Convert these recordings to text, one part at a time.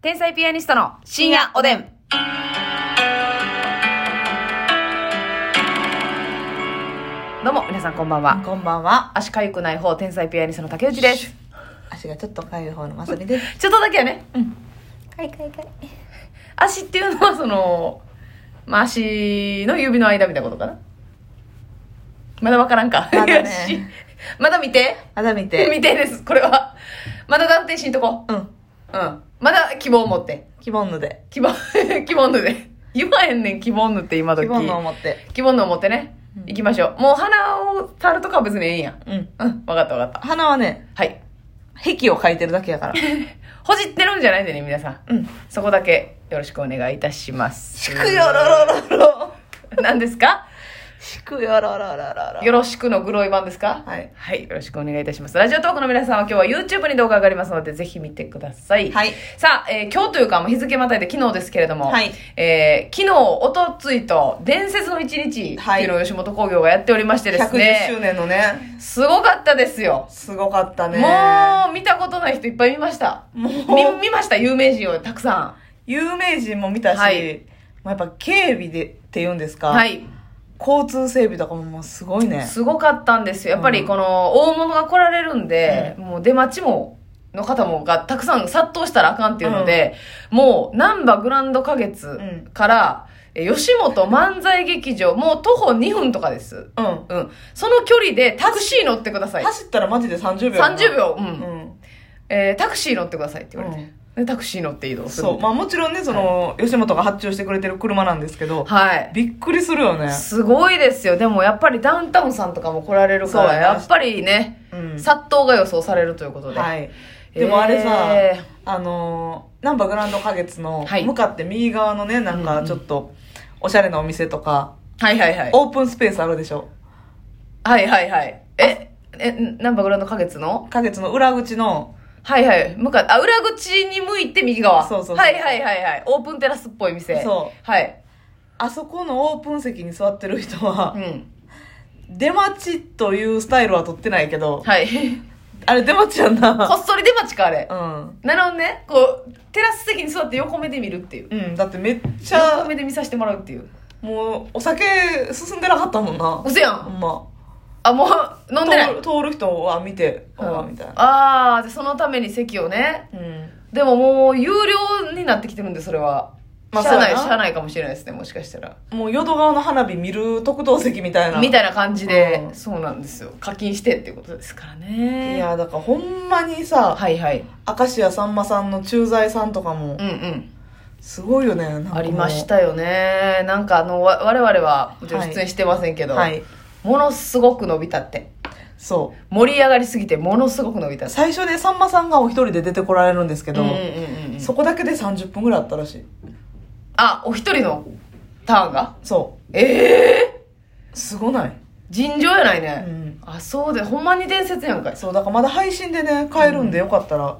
天才ピアニストの深夜おでん。どうも、皆さんこんばんは。こんばんは。足かゆくない方、天才ピアニストの竹内です。足がちょっとかゆい方のまさみです。ちょっとだけはね、かいかいかい。足っていうのはその、まあ、足の指の間みたいなことかな。まだわからんか。まだね 足まだ見て。まだ見て。見てです、これは。まだ断定しんとこ。うん。うん。まだ希望を持って。キボンヌで。希望、 希望ぬで。言わへんねん、希望ぬって今時。キボンヌを持って。希望のを持ってね、うん行きましょうもう鼻を触るとかは別にええんやうん。うん分かった分かった鼻はね、はい壁を描いてるだけやから。ほじってるんじゃないんでね皆さんうん。そこだけよろしくお願いいたしますしくよろろろろ。何ですかしくよろろろろよろ。ろしくのグロい版ですかはいよろしくお願いいたしますラジオトークの皆さんは今日は YouTube に動画上がりますのでぜひ見てください、はいさあ、えー今日というかもう日付またいで昨日ですけれども、はいえー昨日おとついと伝説の一日、はい昨日吉本興業がやっておりましてです110周ね年のね、すごかったですよすごかったね。もう見たことない人いっぱい見ましたもうみ見ました有名人をたくさ有名人も見たし、はいまあやっぱ警備でって言うんですか、んはい交通整備とかももうすごいね。すごかったんですよやっぱりこの大物が来られるんで、もう出待ちもの方もがたくさん殺到したらあかんっていうので、もう難波グランド花月んから、え吉本漫才劇場もう徒歩2分とかですうん。うんその距離でタクシー乗ってください走ったらマジで30秒。 30。秒、うんうん。えータクシー乗ってくださいって言われて、でタクシー乗って移動するそう。まあもちろんね、その、吉本が発注してくれてる車なんですけど、はいびっくりするよね。すごいですよ。でもやっぱりダウンタウンさんとかも来られるから、そうやなやっぱりね、うん殺到が予想されるということで。はい。でもあれさ、えあのー、ナンバーグランド花月のはい向かって右側のね、なんうんうかんちょっと、おしゃれなお店とか、ーはいはいはい。オープンスペースあるでしょ。はいはいはい。え、え、ナンバーグランド花月の花月の裏口の、はいはい。向かあ、裏口に向いて右側。そうそうそうはいはいはいはい。オープンテラスっぽい店。。そうはい。あそこのオープン席に座ってる人はう、ん。出待ちというスタイルは取ってないけど、はい。 あれ出待ちやんこな。っそり出待ちか、あれう。ん。なるほどね。こう、テラス席に座って横目で見るっていう。うん、だってめっち横ゃ、目で見させてもらうっていう。もう、お酒進んでなかったもんなう。せやほん。んま。あ、もう、飲んでない。通る通る人は見て、ああ、みたいな。ああーでそのために席をねうん。でももう有料になってきてるんでそれは、まあ社内そうやな社内かもしれないですねもしかしたらもう淀川の花火見る特等席みたいな。みたいな感じで、うんそうなんですよ課金してっていうことですからねいや、だからほんまにさ、はいはい明石家さんまさんの駐在さんとかもう、んうんすごいよね、なんかもうありまし。たよねなんかあのわ我々はもちろん出演してませんけど、はい。ものすごく伸びたってそ盛り上がりすぎてものすごく伸びたう。最初でさんまさんがお一人で出てこられるんですけど、うんうんうんうんそこだけで30分ぐらいあったらしい。あお一人のターンがそええう。すごない。尋常やないね、うん。あそうでほんまに伝説やんかいそう、だからまだ配信でね、買えるんでよかったら、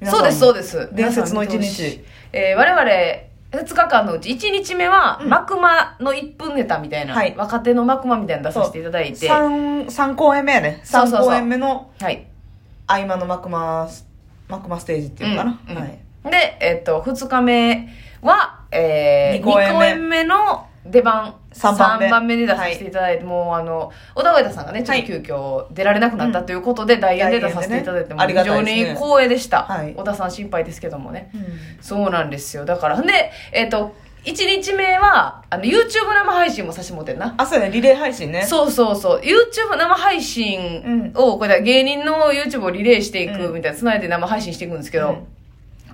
皆さそんうもですそうです伝説の一日皆さん見てほしいえー我々2日間のうち1日目は、うんマクマの1分ネタみたいな、はい若手のマクマみたいなの出させていただいては三三公演目やね。そう三そうそう公演目のい合間のマクマス、マクマステージっていうのかな。うんうんはい。で、えっと2日目は、え二公演2目公演目の出番三番目三に出させていただいて、もうあの小田上田さんがねちょっと急遽出られなくなったということで、代演で出させていただいて、代演でねもう非常ありがたいにですね光栄でした、はい小田さん心配ですけどもねそうなんですよ。だから、んで、えっ、と、1日目は、あの、YouTube 生配信もさせてもらってんな。あ、そうやね、リレー配信ね。そうそうそう。YouTube 生配信を、これだ、芸人の YouTube をリレーしていくみたいな、つないで生配信していくんですけど、うん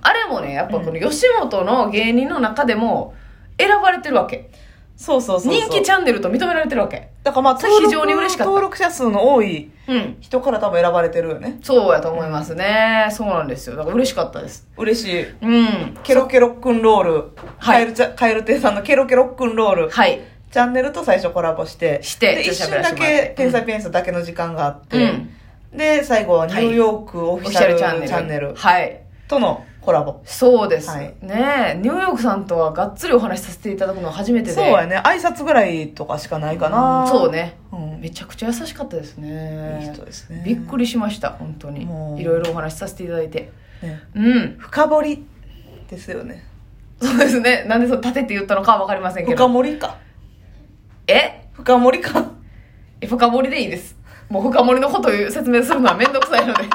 あれもね、やっぱこの吉本の芸人の中でも、選ばれてるわけ。そうそうそうそう。人気チャンネルと認められてるわけ。だからまあ、それ非常に嬉しかった登録者数の多いうん。人から多分選ばれてるよね。そうやと思いますね。そうなんですよ。だから嬉しかったです。嬉しい。うん。ケロケロくんロール。ははいい。カエル亭さんのケロケロくんロール。はい。チャンネルと最初コラボして。してでちょっ一と喋瞬らせだてもらってけ、天才ピアニストだけの時間があっうて。ん。で、最後はニューヨークオオフフィィシシャャルルチチャャンンネネル。ルはい。とのコラボ。そうです、はいねえニューヨークさんとはがっつりお話しさせていただくのは初めてでそうやね。挨拶ぐらいとかしかないかうな。んそう。ねうん。いめちゃくちゃ優しかったですねい人ですね。びっくりしました本当にもういろいろお話しさせていただいてねうん深掘り。ですよね。そうですね。なんでその盾って言ったのかはわかりませんけ深ど。盛りか。え深盛りか。え深掘りでいいです。もう深掘りのことを説明するのはめんどくさいので。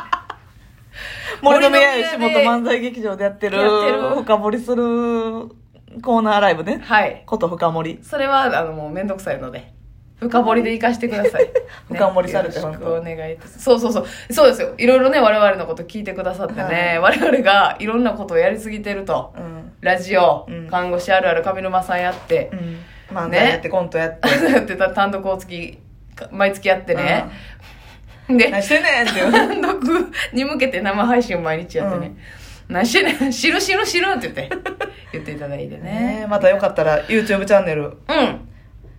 森 森のの宮宮で吉本漫才劇場でやってる、やってる深盛りするコーナーライブね。はい。こと深盛り。それは、あの、もうめんどくさいので。深掘りで行かしてください。ね 深掘りされてよろし本く当お願いいたします。そうそうそう。そうですよ。いろいろね、我々のこと聞いてくださってね、は我い々がいろんなことをやりすぎてると。うん。ラジオ、うん看護師あるある上沼さんやって、うん。漫才やってコントやって。やってた単独を月、毎月やってね。 何で、してんねんって いう。単独に向けて生配信を毎日やってね。何してねん、知る知る知るって言って、言っていただいてねね。またよかったら YouTube チャンネル。うん。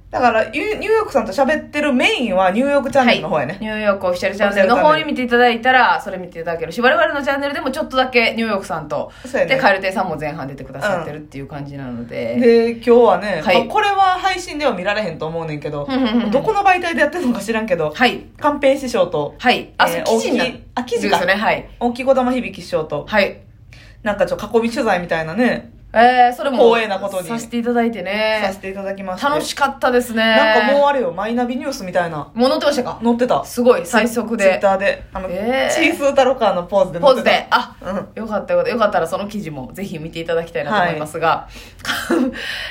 だから、ニューニューヨークさんと喋ってるメインはニューヨークチャンネルの方やはいね。ニューヨークオフィシャルチャンネルの方に見ていただいたら、それ見ていただけるし、我々のチャンネルでもちょっとだけニューヨークさんと、そうやねで、カエル亭さんも前半出てくださってるっていう感じなので、で、今日はね、はいまあこれは配信では見られへんと思うねんけど、うんうんうんどこの媒体でやってるのか知らんけど、はい。寛平師匠と、はい。あ、えーそう記事にな大きいあ記事でかすよね。はい。大木児玉響師匠と、はい。なんかちょっと囲み取材みたいなね、えー、それも光栄なことにさせていただいてさねせていただきまして。楽しかったですねなんかもうあれよ、マイナビニュースみたいな、もう乗ってましたか載ってた。すごい最速ツイッでターで、あの、えーチースータロカーのポーズでポ載ーってズた。であうん。よかったよかったよかったらその記事もぜひ見ていただきたいなと思いますが、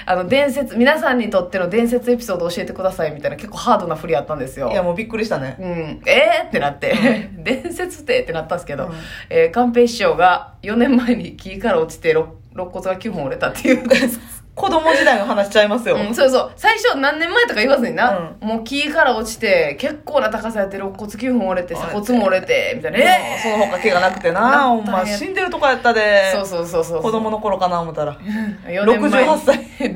あの伝説皆さんにとっての伝説エピソード教えてくださいみたいな結構ハードな振りあったんですよいや、もうびっくりしたね。うん、えー、ってなって、 伝説ってってなったんですけど、うんえー寛平師匠が4年前に木から落ちて肋肋骨が9本折れたっていう伝説子供時代の話しちゃいますよ。うん、そうそう。最初何年前とか言わずにな、うもう木から落ちて、結構な高さやって肋骨9本折れて、鎖骨も折れて、みたいな。えその他怪我なくてな、なおったんや前死んでるとこやったでー、そうそうそうそう。子供の頃かな思ったら。 4年前。 68歳。 68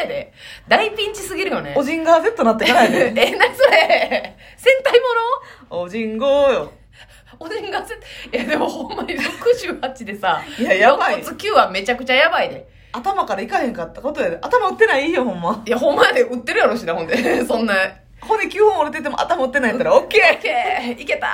やで。大ピンチすぎるよねお。じんが Z なってかな いえ、で。なそれ戦隊おじんごよ。ものおじんがせ、いやでもほんまに68でさ、いややばい肋骨9はめちゃくちゃやばいで。頭からいかへんかったことやで。頭打ってないよ、ほんま。いやほんまやで売ってるやろしな、ほんで。 そんな。骨9本折れてても頭打ってないやったら、オッケいけいけ たー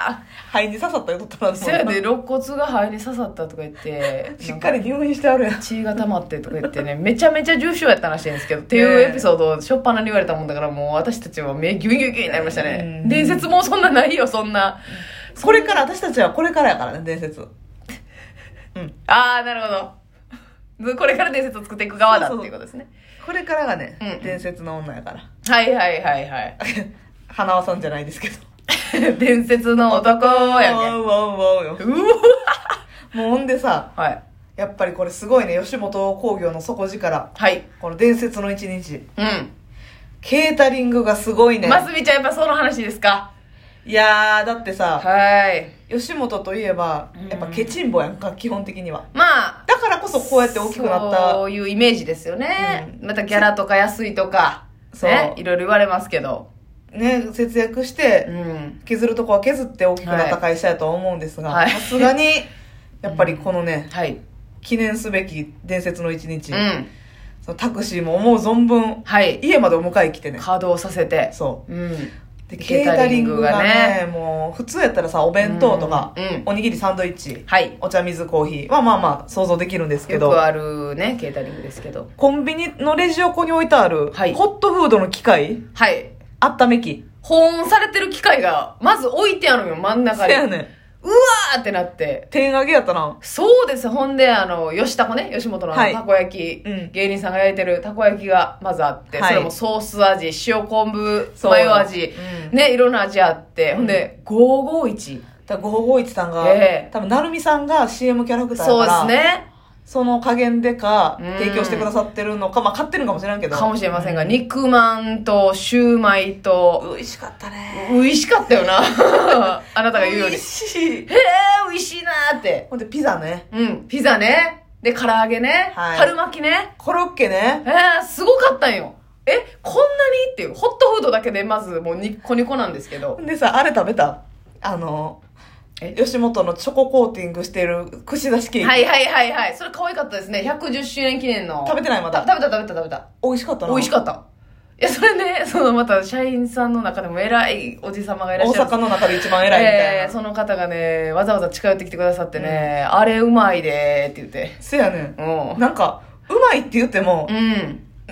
肺に刺さったよ、とったら。そやで肋骨が肺に刺さったとか言って。しっかり入院してあるやん。血が溜まってとか言ってね、 めちゃめちゃ重症やったらしいんですけど、っていうエピソードを初っ端に言われたもんだから、もう私たちは目ギュンギュンギュンになりましたねう。ん伝説もそんなないよ、そんな。これから、私たちはこれからやからね、伝説。あー、なるほど。これから伝説を作っていく側だっていうことですね。これからがね、うん伝説の女やから。はいはいはいはい。 花輪さんじゃないですけど。伝説の男やね。わうわうわうよ。うもうほんでさ、わはい。やっぱりこれすごいね、吉本興業の底力。はい。この伝説の一日。うケータリングがすごいね。ん。ますみちゃん、やっぱその話ですかいやー、だってさ、はい。吉本といえばうん、やっぱケチンボやんか、基本的には。まあ、だからこそこうやって大きくなった。そういうイメージですよね。うまたギャラとか安いとか、そうね、いろいろ言われますけど。ね、節約しうて、ん。削るとこは削って大きくなった会社やとは思うんですはが、いさ すがに、やっぱりこのね、はい。記念すべき伝説の一日、うん。そのタクシーも思う存分、はい。家までお迎え来てね。稼働させて。そうん。う。で、ケーケータタリリンンググががねね、もう、普通やったらさ、お弁当とかうんうん、おにぎりサンドイッチ、はい。お茶水コーヒーはまあまあ想像できるんですけよどく、あるね、ケータリングですけど。コンビニのレジ横に置いてある、はいホットフードの機械、はい。温め機。保温されてる機械が、まず置いてあるのよ、真ん中せに。やねん。うわーってなって。天揚げやったな。そうです。ほんで、あの、吉田子ね、吉本のあのはいたこ焼き、うん芸人さんが焼いてるたこ焼きがまずあって、はいそれもソース味、塩昆布、そうマヨ味、うんね、いろんな味あって、ほんで、551。だから551さんが、ええ多分、なるみさんが CM キャラクターやそうかでら、すね。その加減でか、うん提供してくださってるのか、まあ買ってるのかもしれんけど。かもしれませんが、肉まんと、シューマイと、美味しかったね。美味しかったよな。 あなたが言うように。へ美味しい。え、美味しいなーって。ほんで、ピザね。うん。ピザね。で、唐揚げね。はい春巻きね。コロッケね。えー、すごかったんよ。え、こんなにっていう。ホットフードだけでまずもうニッコニコなんですけどほ。んでさ、あれ食べたあの、え吉本のチョココーティングしてる串刺しケーキ。はいはいはいはい。それ可愛かったですね。110周年記念の。食べてないまだた食べた食べた食べた。美味しかったな。美味しかった。いや、それね、そのまた社員さんの中でも偉いおじ様がいらっ大しゃるんです阪の中で一番偉いみたいな。えーその方がね、わざわざ近寄ってきてくださってね、あれうまいでーって言って。せやね。うんん。なんか、うまいって言っても、う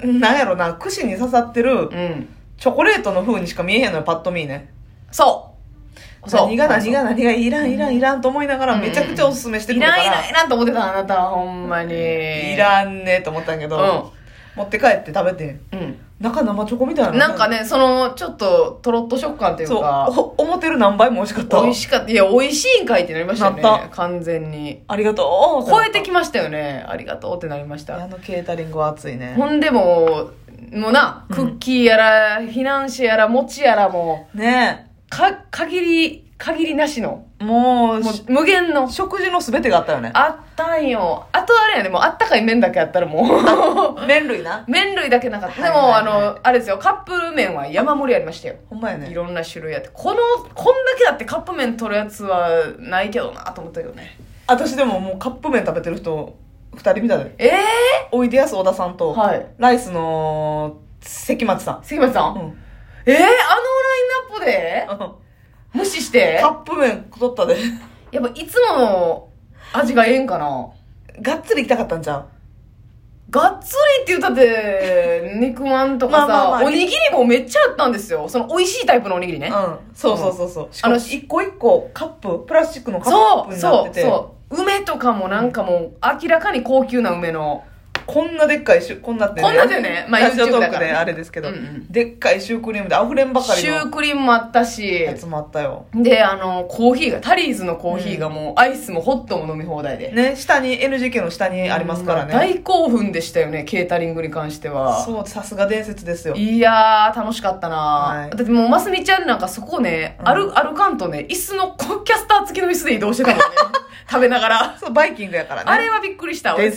ん。なんやろな、串に刺さってるうん。チョコレートの風にしか見えへんのよ、パッと見ね。そう。そう。何が何が何がいらんいらんいらんと思いながらうんめちゃくちゃおすすめしていくるからんいららんいらんと思ってた、あなたは、ほんまに。いいらんねと思ったんやけど、持って帰って食べてん。うん。中生チョコみたいなのなんかね、その、ちょっと、とろっと食感というそうか、お思ってる何倍も美味しかった美味しかった。いや、美味しいんかいってなりましたよね。なった完全に。ありがとう超えてきましたよね。ありがとうってなりましたあ。のケータリングは熱いねほんでもう、もうな、クッキーやら、フィナンシェやら、餅やらもねう、か、限り、限りなしの、えもうもしう無限の。食事の全てがあったよねあったんよ。あとあれやね、もうあったかい麺だけあったらも麺類なう、 麺類だけなかった。ではいも、はあいはいの、あれですよ、カップ麺は山盛りありましたよ。ほんまやねいろんな種類あって。この、こんだけだってカップ麺取るやつはないけどなと思ったけどね。私でももうカップ麺食べてる人2人見たでええおいでやす小田さんと、はいライスの関松さん杉松さん、うんええあのラインナップで無視してカップ麺取ったで。やっぱいつもの味がええんかながっつり行きたかったんじゃん。がっつりって言ったって、肉まんとかさ、まあまあまあおにぎりもめっちゃあったんですよ。その美味しいタイプのおにぎりね。うん。そうそうそうそう。ああのの、一個一個カップ、プラスチックのカッそプう、になそってう、て、そう。梅とかもなんかもう明らかに高級な梅の。こんなでっかいシュ、こんなってこんなだよねまあラジオ YouTube トだーからクねであれですけど、うんうんでっかいシュークリームで溢れんばかりシューのクリームもあったし、やつもあったよ。で、あの、コーヒーが、タリーズのコーヒーがもう、アイスもホットも飲み放題で。ね、下に、NGK の下にありますからうんね。大興奮でしたよね、ケータリングに関しては。そう、さすが伝説ですよ。いやー、楽しかったな、はいだってもう、ますみちゃんなんかそこね、うん歩、歩かんとね、椅子の、 こうキャスター付きの椅子で移動してたもんね。食べながら。そう、バイキングやからね。あれはびっくりした。伝説